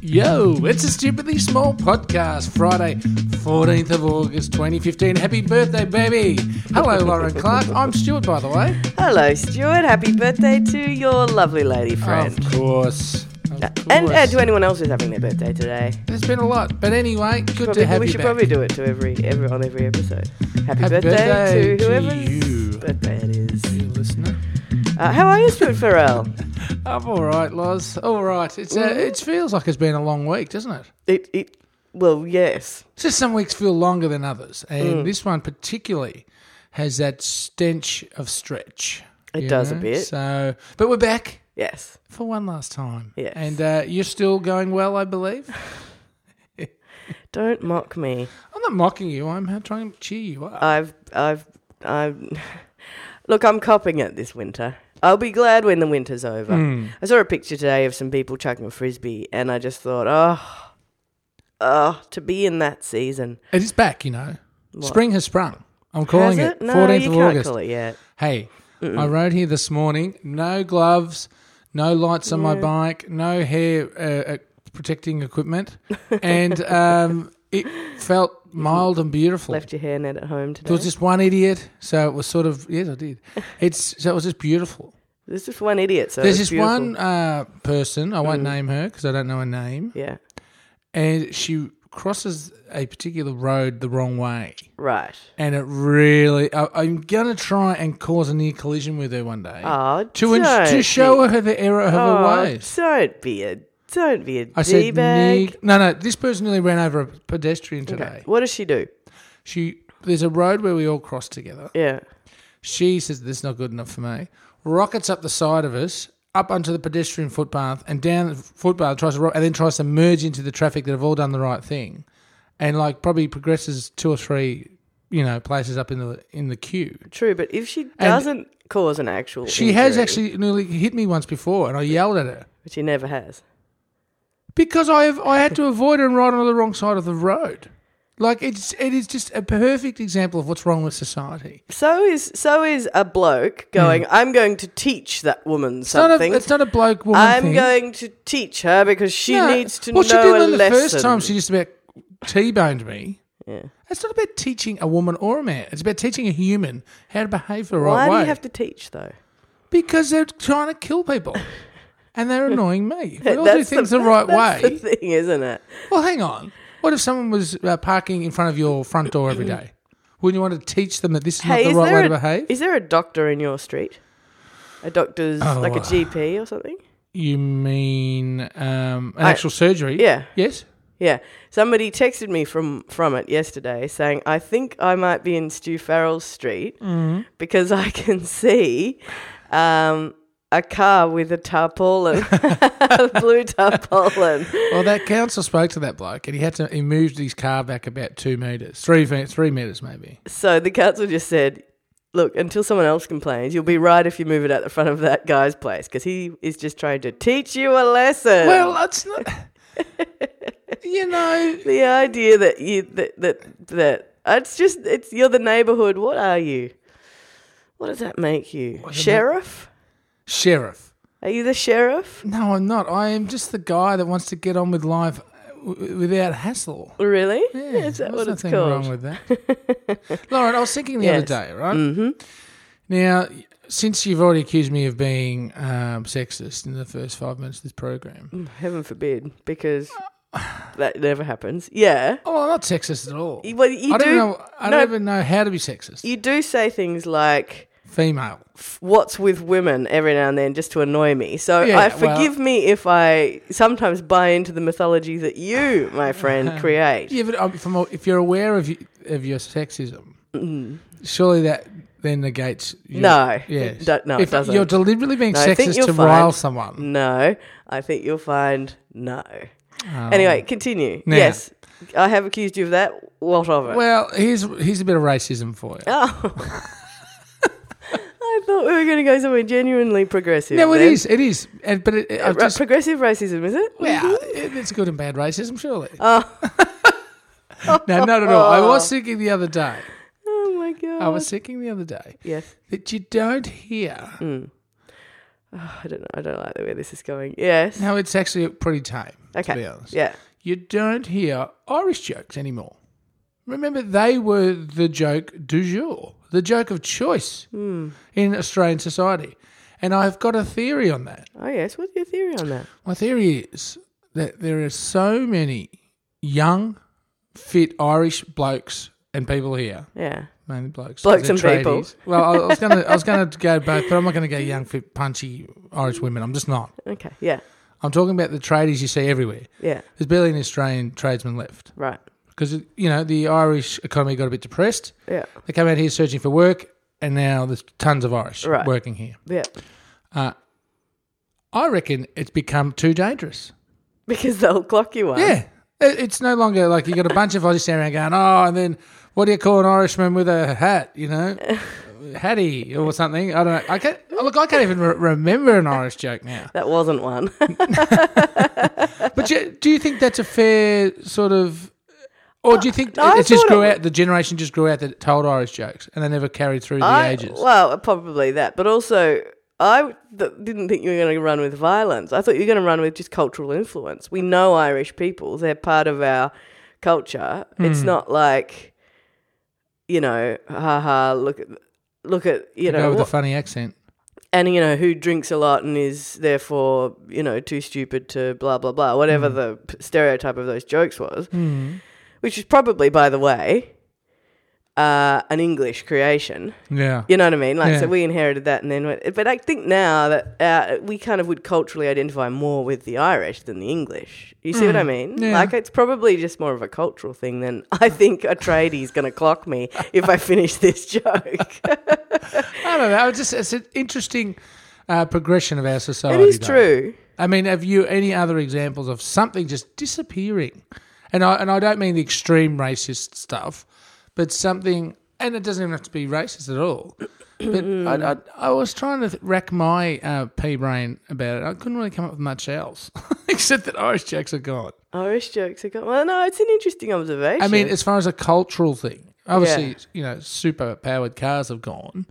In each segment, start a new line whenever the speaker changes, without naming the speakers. Yo, it's a stupidly small podcast. Friday, 14th of August 2015. Happy birthday, baby. Hello, Lauren Clark. I'm Stuart, by the way.
Hello, Stuart. Happy birthday to your lovely lady friend.
Of course. Oh, Of
and uh,
course.
to anyone else who's having their birthday today.
There's been a lot. But anyway, good
Probably-
to have
we
you
should
back.
probably do it to every, every on every episode. Happy,
Happy birthday to
birthday, to whoever's
you.
birthday it is.
You listener.
Uh, how are you, Stuart Farrell?
I'm all right, Loz. All right. It's
Mm.
uh, it feels like it's been a long week, doesn't it?
It, it, well, yes.
It's just some weeks feel longer than others,
Mm.
and this one particularly has that stench of stretch.
It
you
does a bit.
So, but we're back
Yes.
for one last time.
Yes.
And uh, you're still going well, I believe.
Don't mock me.
I'm not mocking you. I'm trying to cheer you up.
I've, I've, I've. Look, I'm copping it this winter. I'll be glad when the winter's over. I saw a picture today of some people chucking a frisbee, and I just thought, oh, oh, to be in that season.
It is back, you know. Spring has sprung. I'm calling
Has
it.
No,
14th
you
of
can't
August.
call it yet.
Hey, I rode here this morning. No gloves, no lights on my bike, no hair uh, uh, protecting equipment, and um, it felt mild and beautiful.
Left your hairnet at home today.
There Oh. was just one idiot, so it was sort of yes, I did. It's so it was just beautiful.
There's just one idiot. So
There's this
it's beautiful. Hmm.
one uh, person I won't name her because I don't know her name,
Yeah.
and she crosses a particular road the wrong way.
Right.
And it really, I, I'm gonna try and cause a near collision with her one day
Oh,
to ins-
don't
to
be-
show her the error of her
Oh,
ways.
don't be a don't be a
I said,
bag.
Nick. No, no. This person nearly ran over a pedestrian today.
What does she do?
She there's a road where we all cross together.
Yeah.
She says this is not good enough for me. Rockets up the side of us, up onto the pedestrian footpath, and down the footpath tries to rock, and then tries to merge into the traffic that have all done the right thing, and like probably progresses two or three, you know, places up in the in the queue.
True, but if she doesn't cause an actual,
She has
injury,
actually nearly hit me once before, and I yelled at her.
but she never has.
because I have, I had to avoid and ride on the wrong side of the road. Like it's it is just a perfect example of what's wrong with society.
So is so is a bloke going. I'm going to teach that woman
It's not,
something.
Hmm. a, it's not a bloke woman
I'm
thing.
going to teach her because she
No.
needs to
well,
know
she did
a
learn the
lesson.
first time. She just about t-boned me.
Yeah.
It's not about teaching a woman or a man. It's about teaching a human how to behave the
Why
right
do
way.
you have to teach though?
because they're trying to kill people. And they're annoying me. If We all do
That's
things the, right
that's
way.
the thing, isn't it?
Well, hang on. What if someone was uh, parking in front of your front door every day? Wouldn't you want to teach them that this is not
is
the right
there
way
a,
to behave?
Is there a doctor in your street? A doctor's
Oh,
like a
uh,
GP or something?
You mean um, an
I-
actual surgery?
Yeah.
Yes.
Yeah. Somebody texted me from from it yesterday saying, "I think I might be in Stu Farrell's street
Mm-hmm.
because I can see um, a car with a tarpaulin, a blue tarpaulin."
Well, that council spoke to that bloke, and he had to he moved his car back about two meters, three fe- three meters maybe.
So the council just said, "Look, until someone else complains, you'll be right if you move it out the front of that guy's place because he is just trying to teach you a lesson."
Well, that's not. you know,
the idea that you that that that it's just it's you're the neighborhood what are you what does that make you sheriff
sheriff.
are you the sheriff
No, I'm not. I am just the guy that wants to get on with life uh, w- without hassle.
really
Yeah,
is that
there's
what it's
nothing
called
wrong with that? Lauren, I was thinking the
Yes.
other day, right? Mm-hmm. Now, since you've already accused me of being um, sexist in the first five minutes of this program,
heaven forbid because that never happens yeah
Oh, I'm not sexist at all.
You- well, you
I don't
do-
know. I
no.
don't even know how to be sexist.
you do say things like
Female.
"F- what's with women every now and then just to annoy me so
Yeah,
i
well-
forgive me if i sometimes buy into the mythology that you my friend create
Yeah, but um, from, a- if you're aware of y- of your sexism, surely that then negates. Your,
Mm, No,
Yes.
it do- no, it
If uh,
doesn't.
You're deliberately being
No, I think
sexist
you'll
to
find-
rile someone.
No, I think you'll find no.
Oh.
Mm.
Um,
anyway, continue. Yes, I have accused you of that. What of it?
Well, here's here's a bit of racism for you.
oh. I thought we were going to go somewhere genuinely progressive.
no, it
then.
is. It is. And, but it,
Uh,
I've just.
progressive racism, is it?
Well, it- it's good and bad racism, surely.
Oh.
no, not at all. I was thinking the other day.
Oh my god.
I was thinking the other day
yes.
that you don't hear.
Mm. I don't know. I don't like the way this is going. Yes.
No, it's actually pretty tame.
Okay.
be honest.
Yeah.
You don't hear Irish jokes anymore. Remember, they were the joke du jour, the joke of choice in Australian society. And I've got a theory on that.
Oh yes. What's your theory on that?
My theory is that there are so many young, fit Irish blokes and people here,
Yeah.
mainly blokes.
Blokes
They're
and people.
tradies. Well, I was going to, I was going to go both, but I'm not going to go young, fit, punchy Irish women. I'm just not.
Okay. Yeah.
I'm talking about the tradies you see everywhere.
Yeah.
There's barely any Australian tradesmen left
Right.
because you know the Irish economy got a bit depressed.
Yeah.
They came out here searching for work, and now there's tons of Irish
Right.
working here.
Yeah.
I reckon it's become too dangerous.
Because they'll clock you up.
Yeah, It- it's no longer like you got a bunch of Aussies standing around going, "Oh," and then what do you call an Irishman with a hat? You know, Hattie or something. I don't know. I can't look. I can't even re- remember an Irish joke now.
That wasn't one.
But you, do you think that's a fair sort of, or do you think
No, I
it just
thought
grew
it
out? The generation just grew out that told Irish jokes, and they never carried through the
I-
ages.
Well, probably that, but also I th- didn't think you were going to run with violence. I thought you were going to run with just cultural influence. We know Irish people; they're part of our culture.
Hmm.
It's not like you know, haha, look at look at you
Go
know,
with
what,
a funny accent.
and you know who drinks a lot and is therefore you know too stupid to blah blah blah,
Mm.
whatever the p- stereotype of those jokes was, which is probably, by the way. Uh, an English creation.
Yeah.
You know what I mean? Like,
Yeah.
so we inherited that, and then, went, but I think now that uh, we kind of would culturally identify more with the Irish than the English. You see what I mean?
Mm. Yeah.
Like, it's probably just more of a cultural thing than I think a tradie's going to clock me if I finish this joke.
I don't know. It's just it's an interesting uh, progression of our
it
society.
is
though.
true.
I mean, have you any other examples of something just disappearing? And I and I don't mean the extreme racist stuff, but something, and it doesn't even have to be racist at all. But I, I, I was trying to rack my uh, pea brain about it. I couldn't really come up with much else, except that Irish jacks are gone.
Irish jokes are good. Well, no, it's an interesting observation.
I mean, as far as a cultural thing, obviously,
Yeah.
you know, super powered cars have gone,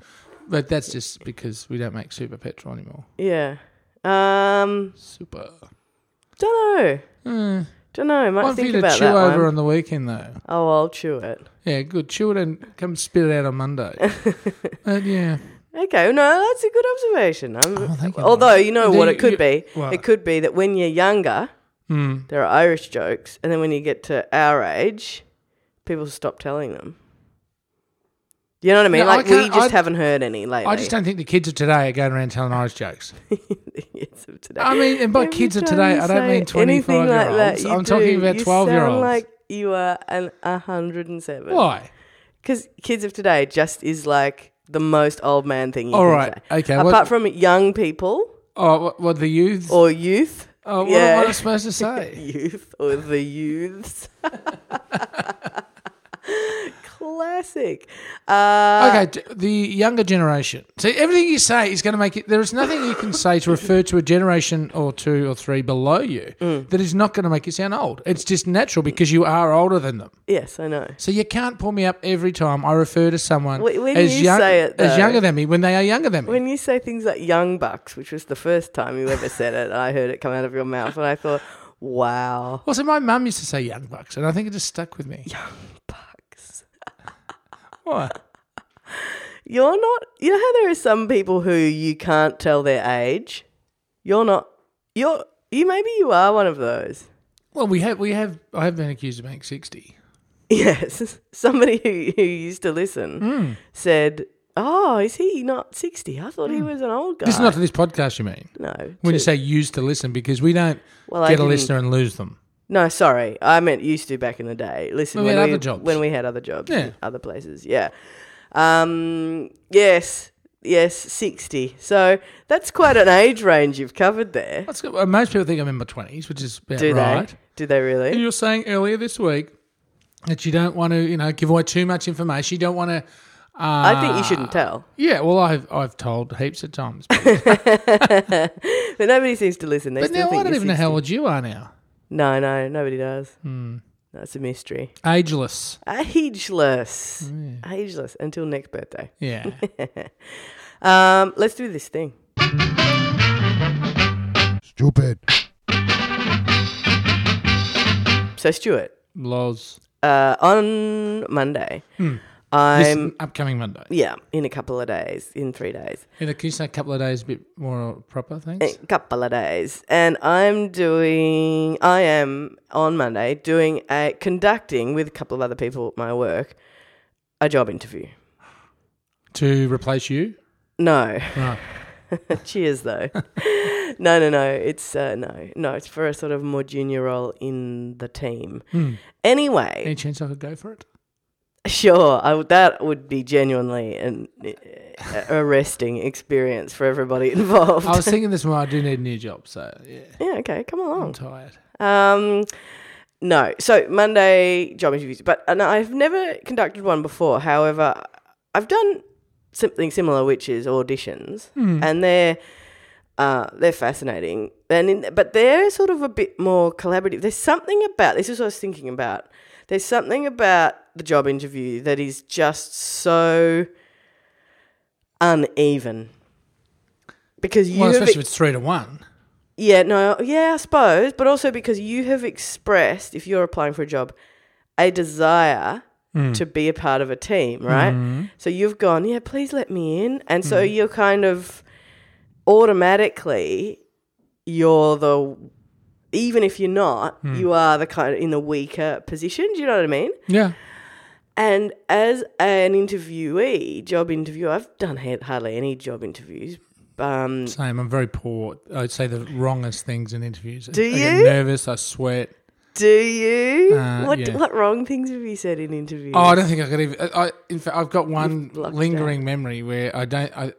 but that's just because we don't make super petrol anymore.
yeah. Um,
Super.
don't know. Don't know. Might
Eh, One for
think
you to
about
chew
that
over
one.
on the weekend, though.
Oh, I'll chew it.
Yeah, good. Chew it and come spit it out on Monday. but yeah,
Okay, no, that's a good observation. I'm,
Oh, thank you,
although you know
Do
what
you-
it could
you-
be,
what?
it could be that when you're younger,
Mm.
there are Irish jokes, and then when you get to our age, people stop telling them. You know what I mean?
Yeah, I
like we
can't-
just
I-
haven't heard any lately.
I just don't think the kids of today are going around telling Irish jokes.
It's of today.
I mean, and by
Every
kids of
time
today,
you
I don't
say
mean
anything like that,
twenty-five-year-olds.
you
I'm talking
do.
about
You
twelve-year-olds.
sound like you are an hundred and seven.
Why?
Because kids of today just is like the most old man thing. you
All
can
right,
say.
okay.
Apart
What,
from young people
oh, what, what the youths?
or youth.
oh, what,
yeah.
what am I supposed to say?
youth or the youths. Classic. Uh,
Okay, d- the younger generation. See, everything you say is going to make it. There is nothing you can say to refer to a generation or two or three below you
Mm.
that is not going to make you sound old. It's just natural because you are older than them.
Yes, I know.
So you can't pull me up every time I refer to someone
Wh- when
as,
you
young,
say it,
as
though-
younger than me when they are younger than me.
When you say things like young bucks, which was the first time you ever said it, I heard it come out of your mouth and I thought, wow.
also, my mum used to say young bucks, and I think it just stuck with me.
Bucks.
What?
You're not, you know how there are some people who you can't tell their age? You're not, you're, you maybe you are one of those.
Well, we have, we have, I have been accused of being 60.
Yes. Somebody who, who used to listen
Hmm.
said, Oh, is he not 60? I thought he was an old guy.
Hmm. This is not to this podcast, you mean?
no.
When you
to-
say used to listen, because we don't
Well, I
get a
didn't-
listener and lose them.
No, sorry. I meant used to back in the day. Listen,
When we
when,
had
we,
other jobs.
when we had other jobs
Yeah.
in other places. Yeah. Um, yes. Yes, 60. So that's quite an age range you've covered there.
That's good. Well, most people think I'm in my 20s, which is about
Do
right.
they? Do they
And
really?
you were saying earlier this week that you don't want to, you know, give away too much information. You don't want to. Uh,
I think you shouldn't tell.
Yeah, well, I've I've told heaps of times, but,
But nobody seems to listen. They
but
still
now
think
I don't
you're
even know how
60.
old you are now.
No, no, nobody does.
Hmm.
That's a mystery.
Ageless.
Ageless. Ageless until next birthday.
Yeah.
Um, let's do this thing.
Stupid.
So, Stuart,
Loz.
uh, on Monday, I'm
Hmm. this
Um,
upcoming Monday.
yeah in a couple of days, in three days,
In a, can you say a couple of days, a bit more proper,
a
thanks?
couple of days, and I'm doing. I am on Monday doing a conducting with a couple of other people at my work a job interview.
To replace you?
No,
Right.
cheers though. no, no, no. It's uh, no, no. It's for a sort of more junior role in the team.
Hmm.
Anyway,
Any chance I could go for it?
Sure, I would, that would be genuinely an uh, arresting experience for everybody involved.
I was thinking this morning, I do need a new job, so yeah,
yeah, okay, come
I'm
along.
tired.
Um, no, so Monday job interviews, but and I've never conducted one before. However, I've done something similar, which is auditions,
Hmm.
and they're uh, they're fascinating. And in, but they're sort of a bit more collaborative. There's something about this is what I was thinking about. There's something about the job interview that is just so uneven because you
Well,
have
especially if it's three to one.
yeah, no, yeah, I suppose, but also because you have expressed, if you're applying for a job, a desire to be a part of a team, right? So you've gone, yeah, please let me in, and so you're kind of automatically, you're the, even if you're not, you are the kind of in the weaker position. Do you know what I mean?
Yeah.
And as an interviewee, job interview, I've done ha- hardly any job interviews. Um,
Same. I'm very poor. I'd say the wrongest things in interviews.
Do
I get
you?
nervous. I sweat.
Do you?
Uh,
what
yeah.
what wrong things have you said in interviews?
Oh, I don't think I could even. I, I- in fact, I've got one
You've blocked it
lingering memory where I don't. I,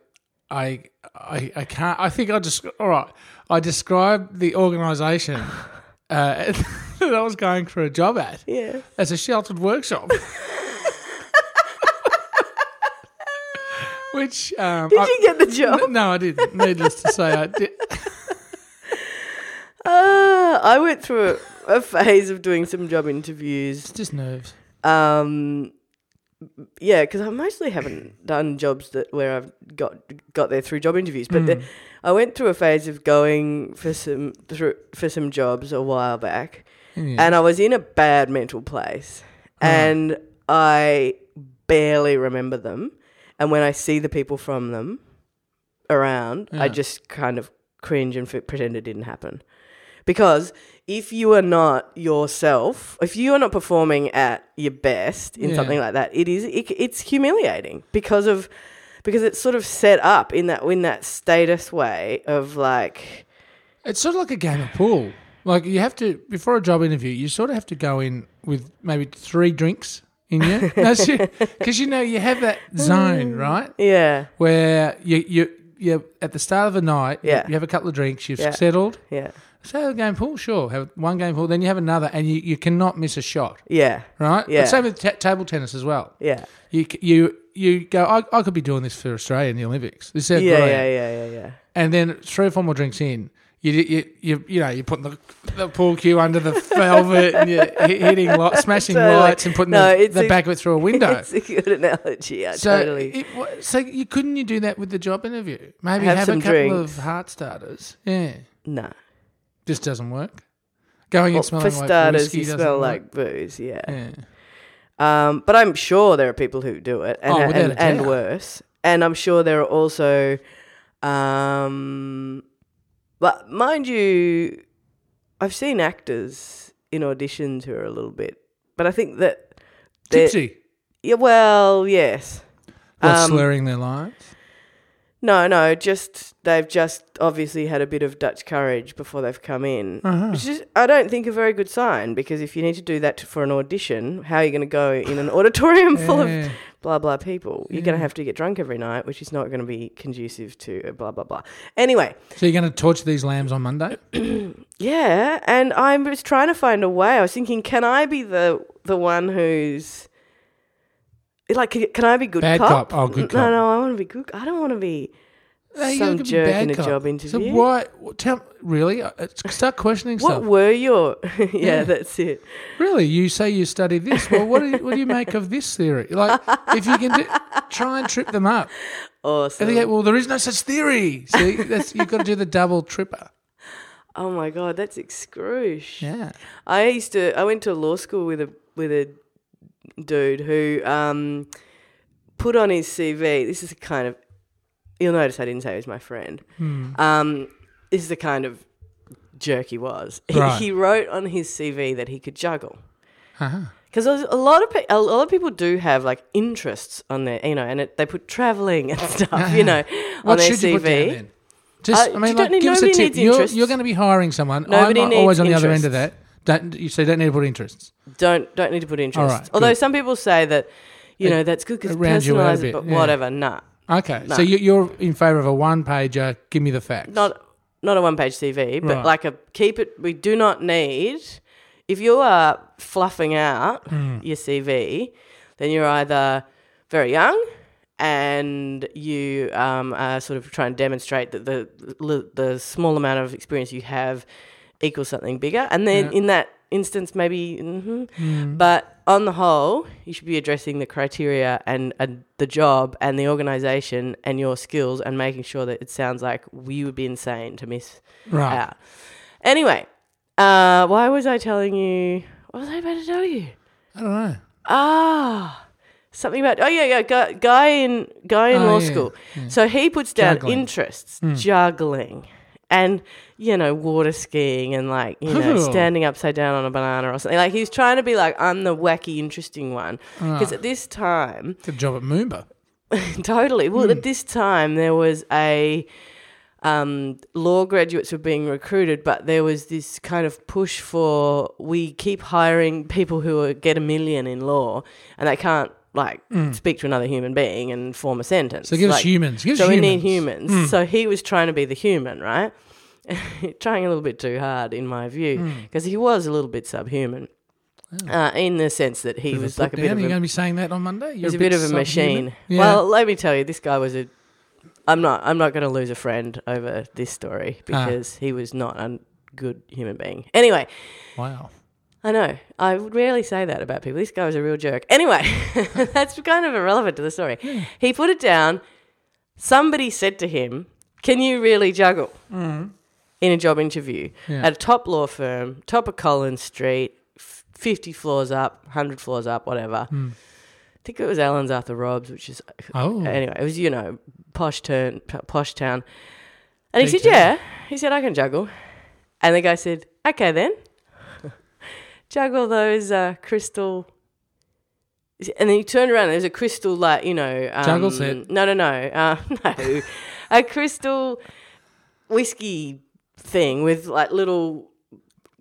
I, I, I can't. I think I just. All right. I described the organisation uh, that I was going for a job at
yeah.
as a sheltered workshop. Which um,
Did
I-
you get the job?
no, I didn't. Needless to say, I did.
Ah, I went through a, a phase of doing some job interviews.
It's just nerves.
Um, yeah, because I mostly haven't done jobs that where I've got got there through job interviews. But
Hmm.
the, I went through a phase of going for some through, for some jobs a while back,
Yeah. Uh-huh.
and I was in a bad mental place, and I barely remember them. And when I see the people from them around, I
Yeah.
just kind of cringe and f- pretend it didn't happen. Because if you are not yourself, if you are not performing at your best in
Yeah.
something like that, it is it, it's humiliating because of because it's sort of set up in that in that status way of like
It's sort of like a game of pool. Like you have to before a job interview, you sort of have to go in with maybe three drinks in you, because you know you have that zone
Mm.
right
yeah
where you you you at the start of the night, you-
Yeah.
you have a couple of drinks, you've
Yeah.
settled.
yeah
So a game of pool, sure, have one game of pool, then you have another, and you, you cannot miss a shot,
yeah
right?
Yeah.
But same with ta table tennis as well.
yeah
You c- you you go, I, I could be doing this for Australia in the Olympics. This is
yeah
brilliant
yeah yeah yeah yeah.
and then three or four more drinks in, you you you, you know you put the the pool cue under the velvet and you're hit- hitting li- smashing
Totally.
lights and putting
No,
the,
it's
the
a-
back of it through a window.
It's a good analogy. I
So,
totally.
it, wa- so you couldn't you do that with the job interview? Maybe
Have
have,
some
a couple
drinks.
of heart starters. Yeah,
no.
just doesn't work. Going
Well,
and smelling
for
like
starters,
whiskey
you
doesn't
smell
work.
like booze, yeah.
yeah.
Um, but I'm sure there are people who do it and,
Oh, without
and,
a
and
doubt.
worse. And I'm sure there are also, um, but mind you, I've seen actors in auditions who are a little bit, but I think that. they're-
tipsy,
Yeah, well, yes.
or
um,
slurring their lines.
No, no, just they've just obviously had a bit of Dutch courage before they've come in.
Uh-huh.
Which is, I don't think, a very good sign because if you need to do that for an audition, how are you going to go in an auditorium full of
Yeah.
blah blah people? You're going to have to get drunk every night, which is not going to be conducive to a blah blah blah. Anyway,
So you're going to torture these lambs on Monday?
yeah, and I was trying to find a way. I was thinking, can I be the the one who's like, can can I be good
Bad
cop?
cop. Oh, good
No,
cop.
no, I want to be good. I don't want to be.
Hey, you
Some
could be
jerk
bad
in a
cop.
job
So
interview.
why? Tell really. uh, Start questioning
What
stuff.
were your? yeah, that's it.
Really, you say you study this. Well, what do you, what do you make of this theory? Like, if you can do, try and trip them up, and
Awesome.
they go, "Well, there is no such theory." See, that's, you've got to do the double tripper.
Oh my god, that's excruciating.
Yeah.
I used to. I went to law school with a with a dude who um, put on his CV. This is a kind of. You'll notice I didn't say he was my friend.
Hmm.
Um, this is the kind of jerk he was. He,
Right.
he wrote on his CV that he could juggle.
Uh-huh.
Because a lot of pe- a lot of people do have like interests on their you know, and it, they put traveling and stuff, you know, on
What
their
should
CV.
you put down then? Just,
Uh,
I
you
mean,
don't
like,
need-
give us a
nobody
tip.
needs
You're,
interests.
you're going to be hiring someone.
Nobody
I'm
needs
always on the other end of that.
interests.
Don't you say don't need to put interests.
don't don't need to put interests.
All right,
Although
good.
some people say that, you
It-
know, that's good because
it
it
rounds you out a
personalizes,
bit,
but
yeah.
whatever. Nah,
Okay,
No.
so you, you're in favour of a one pager. Give me the facts.
not not a one page CV, but
Right.
like a keep it. We do not need if you are fluffing out your CV, then you're either very young and you um, are sort of trying to demonstrate that the the- the small amount of experience you have equals something bigger, and then
Yeah.
in that instance maybe mhm. but on the whole you should be addressing the criteria and, and the job and the organization and your skills and making sure that it sounds like we would be insane to miss
right.
out anyway uh why was i telling you what was i about to tell you
I don't know.
Ah, something about oh yeah yeah guy, guy in guy in
Oh,
law
yeah,
school. So he puts down
Juggling. Hmm.
interests, juggling, and you know water skiing and like you know
Ooh.
standing upside down on a banana or something. Like he's trying to be like I'm the wacky interesting one
Ah.
because at this time
Good job at Moomba.
totally. Well,
Hmm.
at this time there was a um, law graduates were being recruited, but there was this kind of push for we keep hiring people who are, get a million in law, and they can't like speak to another human being and form a sentence.
Hmm. Mm. So give us
Like,
humans. Give us
so we
humans. Hmm. Mm.
need humans. So he was trying to be the human, right? trying a little bit too hard, in my
Hmm.
view,
Mm.
because he was a little bit subhuman, uh, in the sense that he
Bit of
was
a
like a
put
bit
down.
of
Are you
a
going to be saying that on Monday? You're
He's a bit, of a
subhuman?
machine.
Yeah.
Well, let me tell you, this guy was a. I'm not. I'm not going to lose a friend over this story
Ah.
because he was not a good human being. Anyway,
wow.
I know. I would rarely say that about people. This guy was a real jerk. Anyway, that's kind of irrelevant to the story. He put it down. Somebody said to him, Can you really juggle? In a job interview
Mm. Yeah.
at a top law firm, top of Collins Street, f- 50 floors up, 100 floors up, whatever. I think it was Alan's Arthur Robs, which is,
Mm. Oh,
anyway, it was, you know, posh, turn, p- posh town. And he
Big
said, Yeah. He said, I can juggle. And the guy said, Okay, then. juggle those uh, crystal. And then he turned around and there's a crystal, like, you know. Um,
Juggle set.
No, no, no. Uh, no. a crystal whiskey thing with, like, little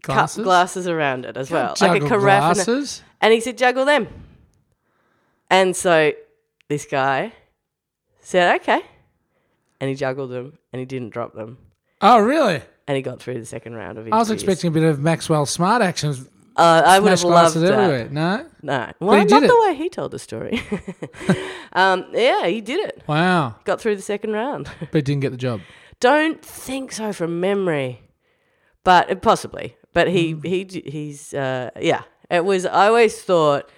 glasses.
cup glasses around it as well. Like a
Juggle
carafe. and a-
glasses.
and he said, juggle them. And so this guy said, okay. And he juggled them and he didn't drop them.
Oh, really?
And he got through the second round of interviews.
I was expecting a bit of Maxwell Smart actions.
Uh, I would have
Smash
loved
glasses
that.
everywhere. No.
No. Well,
did
not the
it.
way he told the story. um, yeah, he did it.
Wow.
Got through the second round.
But didn't get the job.
Don't think so from memory, but uh, possibly. But he
Hmm.
he d- he's uh, yeah. It was. I always thought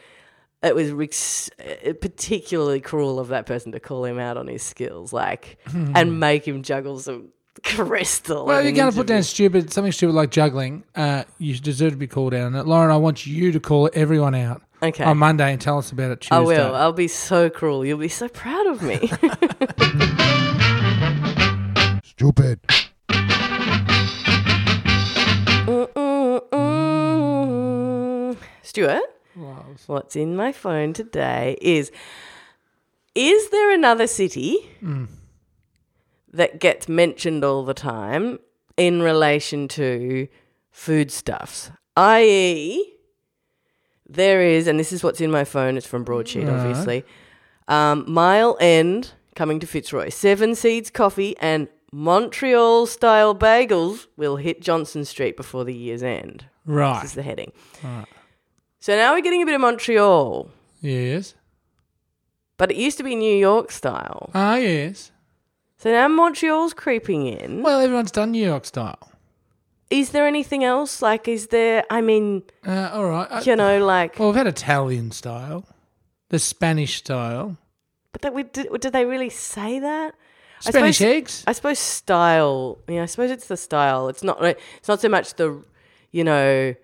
it was rex- uh, particularly cruel of that person to call him out on his skills, like and make him juggle some crystal.
Hmm. Well,
at
you're
an
going to put
interview.
down stupid something stupid like juggling. Uh, you deserve to be called out on it, Lauren. I want you to call everyone out
Okay.
on Monday and tell us about it Tuesday.
I will. I'll be so cruel. You'll be so proud of me.
Stupid.
Mm, mm, mm. Stuart,
Wow.
what's in my phone today is Is there another city
Mm.
that gets mentioned all the time in relation to foodstuffs? I.e., there is, and this is what's in my phone, it's from Broadsheet,
Right.
obviously. Um, Mile End coming to Fitzroy. Seven Seeds Coffee and Montreal style bagels will hit Johnson Street before the year's end. This
Right.
is the heading. So now we're getting a bit of Montreal,
Yes.
but it used to be New York style.
Ah, yes.
So now Montreal's creeping in.
Well, everyone's done New York style.
Is there anything else? Like, is there, I mean,
Uh, all right. Uh,
you know, like,
Well, we've had Italian style, the Spanish style.
but that we, did, did they really say that? I
Spanish
suppose-
eggs.
I suppose style. Yeah, I suppose it's the style. It's not. It's not so much the, you know,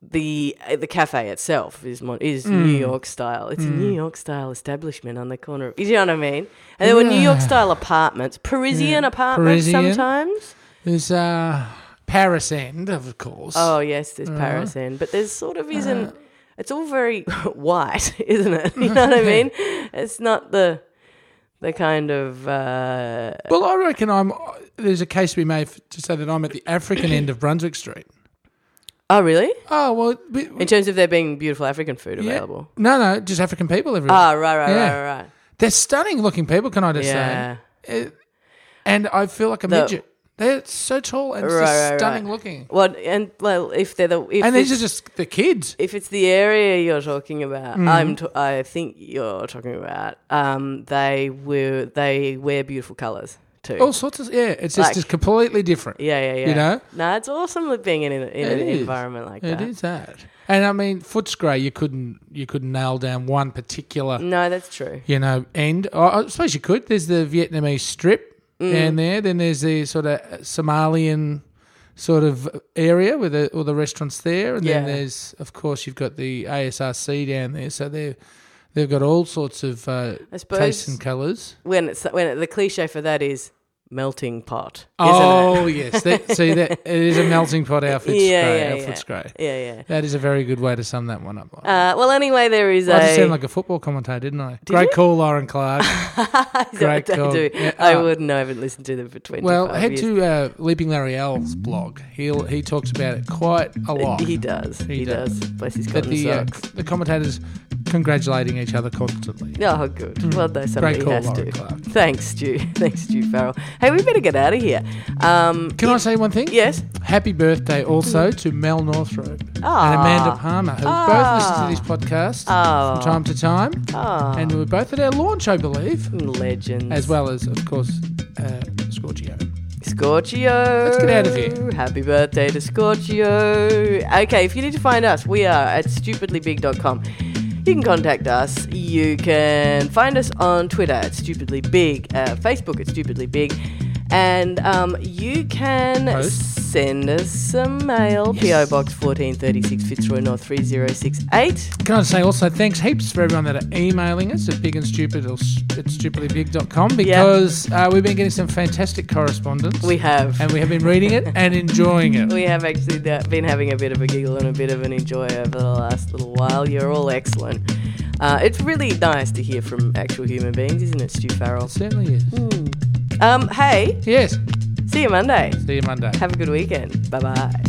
the uh, the cafe itself is mon- is
Mm.
New York style. It's a New York style establishment on the corner. Of, you know what I mean? And there were New York
Yeah.
style apartments, Parisian apartments
Parisian.
sometimes.
There's uh, Paris End, of course.
Oh yes, there's
Uh-huh.
Paris in, but there's sort of isn't. It's all very white, isn't it? You know what I mean? It's not the the kind of uh,
Well, I reckon I'm. There's a case we made f- to say that I'm at the African end of Brunswick Street.
oh really?
Oh well, we, we-
In terms of there being beautiful African food
yeah.
available.
No, no, just African people everywhere.
Ah, right, right,
Yeah.
right, right, right.
They're stunning looking people. Can I just
Yeah.
say? Uh, and I feel like a
The-
midget. They're so tall and
Right, right,
just
right.
stunning looking.
Well, and well, if they're the if
And
it's,
these are just the kids.
if it's the area you're talking about,
Mm-hmm.
I'm t- I think you're talking about. Um, they were they wear beautiful colours too.
All sorts of yeah. It's just,
Like-
just completely different.
yeah, yeah, yeah.
Oh, You know?
no, it's awesome li- being in, an in
It
an
is.
environment like
It
that.
is that. And I mean, Footscray, you couldn't you couldn't nail down one particular
No, that's true.
you know end. I, I suppose you could. There's the Vietnamese strip
Mm.
down there. Then there's the sort of Somalian sort of area with the, all the restaurants there. And then
Yeah.
there's of course you've got the ASRC down there. So they they've got all sorts of uh,
I suppose
tastes and colours.
when it's when it, the cliche for that is melting pot. Isn't
Oh yes, that, see that it is a melting pot. Our
it?
Footscray,
yeah, yeah,
our
yeah.
Footscray.
yeah, yeah.
That is a very good way to sum that one up.
Uh, well, anyway, there is
I just
a
sound like a football commentator, didn't I? Great call, Lauren Clark.
Is that
Great
what they
call.
do?
Yeah.
I
Ah.
wouldn't. I haven't listened to them for twenty.
well, head
years.
to uh, Leaping Larry L's blog. He he talks about it quite a lot.
He does. He,
He
does. Bless his
But
cotton
the uh,
socks.
the commentators congratulating each other constantly.
Oh,
Mm.
good. Well, though somebody
Great call,
has
Lauren
to.
Clark.
Thanks, Stu. Thanks, Stu Farrell. Hey, we better get out of here. Um,
Can I say one thing?
yes.
Happy birthday also to Mel Northrop and
Ah.
Amanda Palmer, who
Ah.
both listen to this podcast
Oh,
from time to time,
oh,
and we were both at our launch, I believe,
Ah. legends.
as well as of course uh, Scorchio.
Scorchio.
Let's get out of here.
Happy birthday to Scorchio. Okay, if you need to find us, we are at stupidlybig.com. You can contact us. You can find us on Twitter at stupidlybig, uh, Facebook at stupidlybig, and um, you can
Post.
send us some mail. PO Box 1436 Fitzroy North 3068.
Can I say also thanks heaps for everyone that are emailing us at big and stupid or s- at stupidlybig.com because uh, we've been getting some fantastic correspondence.
We have.
and we have been reading it and enjoying it.
We have actually da- been having a bit of a giggle and a bit of an enjoy over the last little while. You're all excellent. Uh, it's really nice to hear from actual human beings, isn't it, Stu Farrell?
certainly is.
Um, hey,
Yes.
see you Monday.
See you Monday.
Have a good weekend. Bye bye.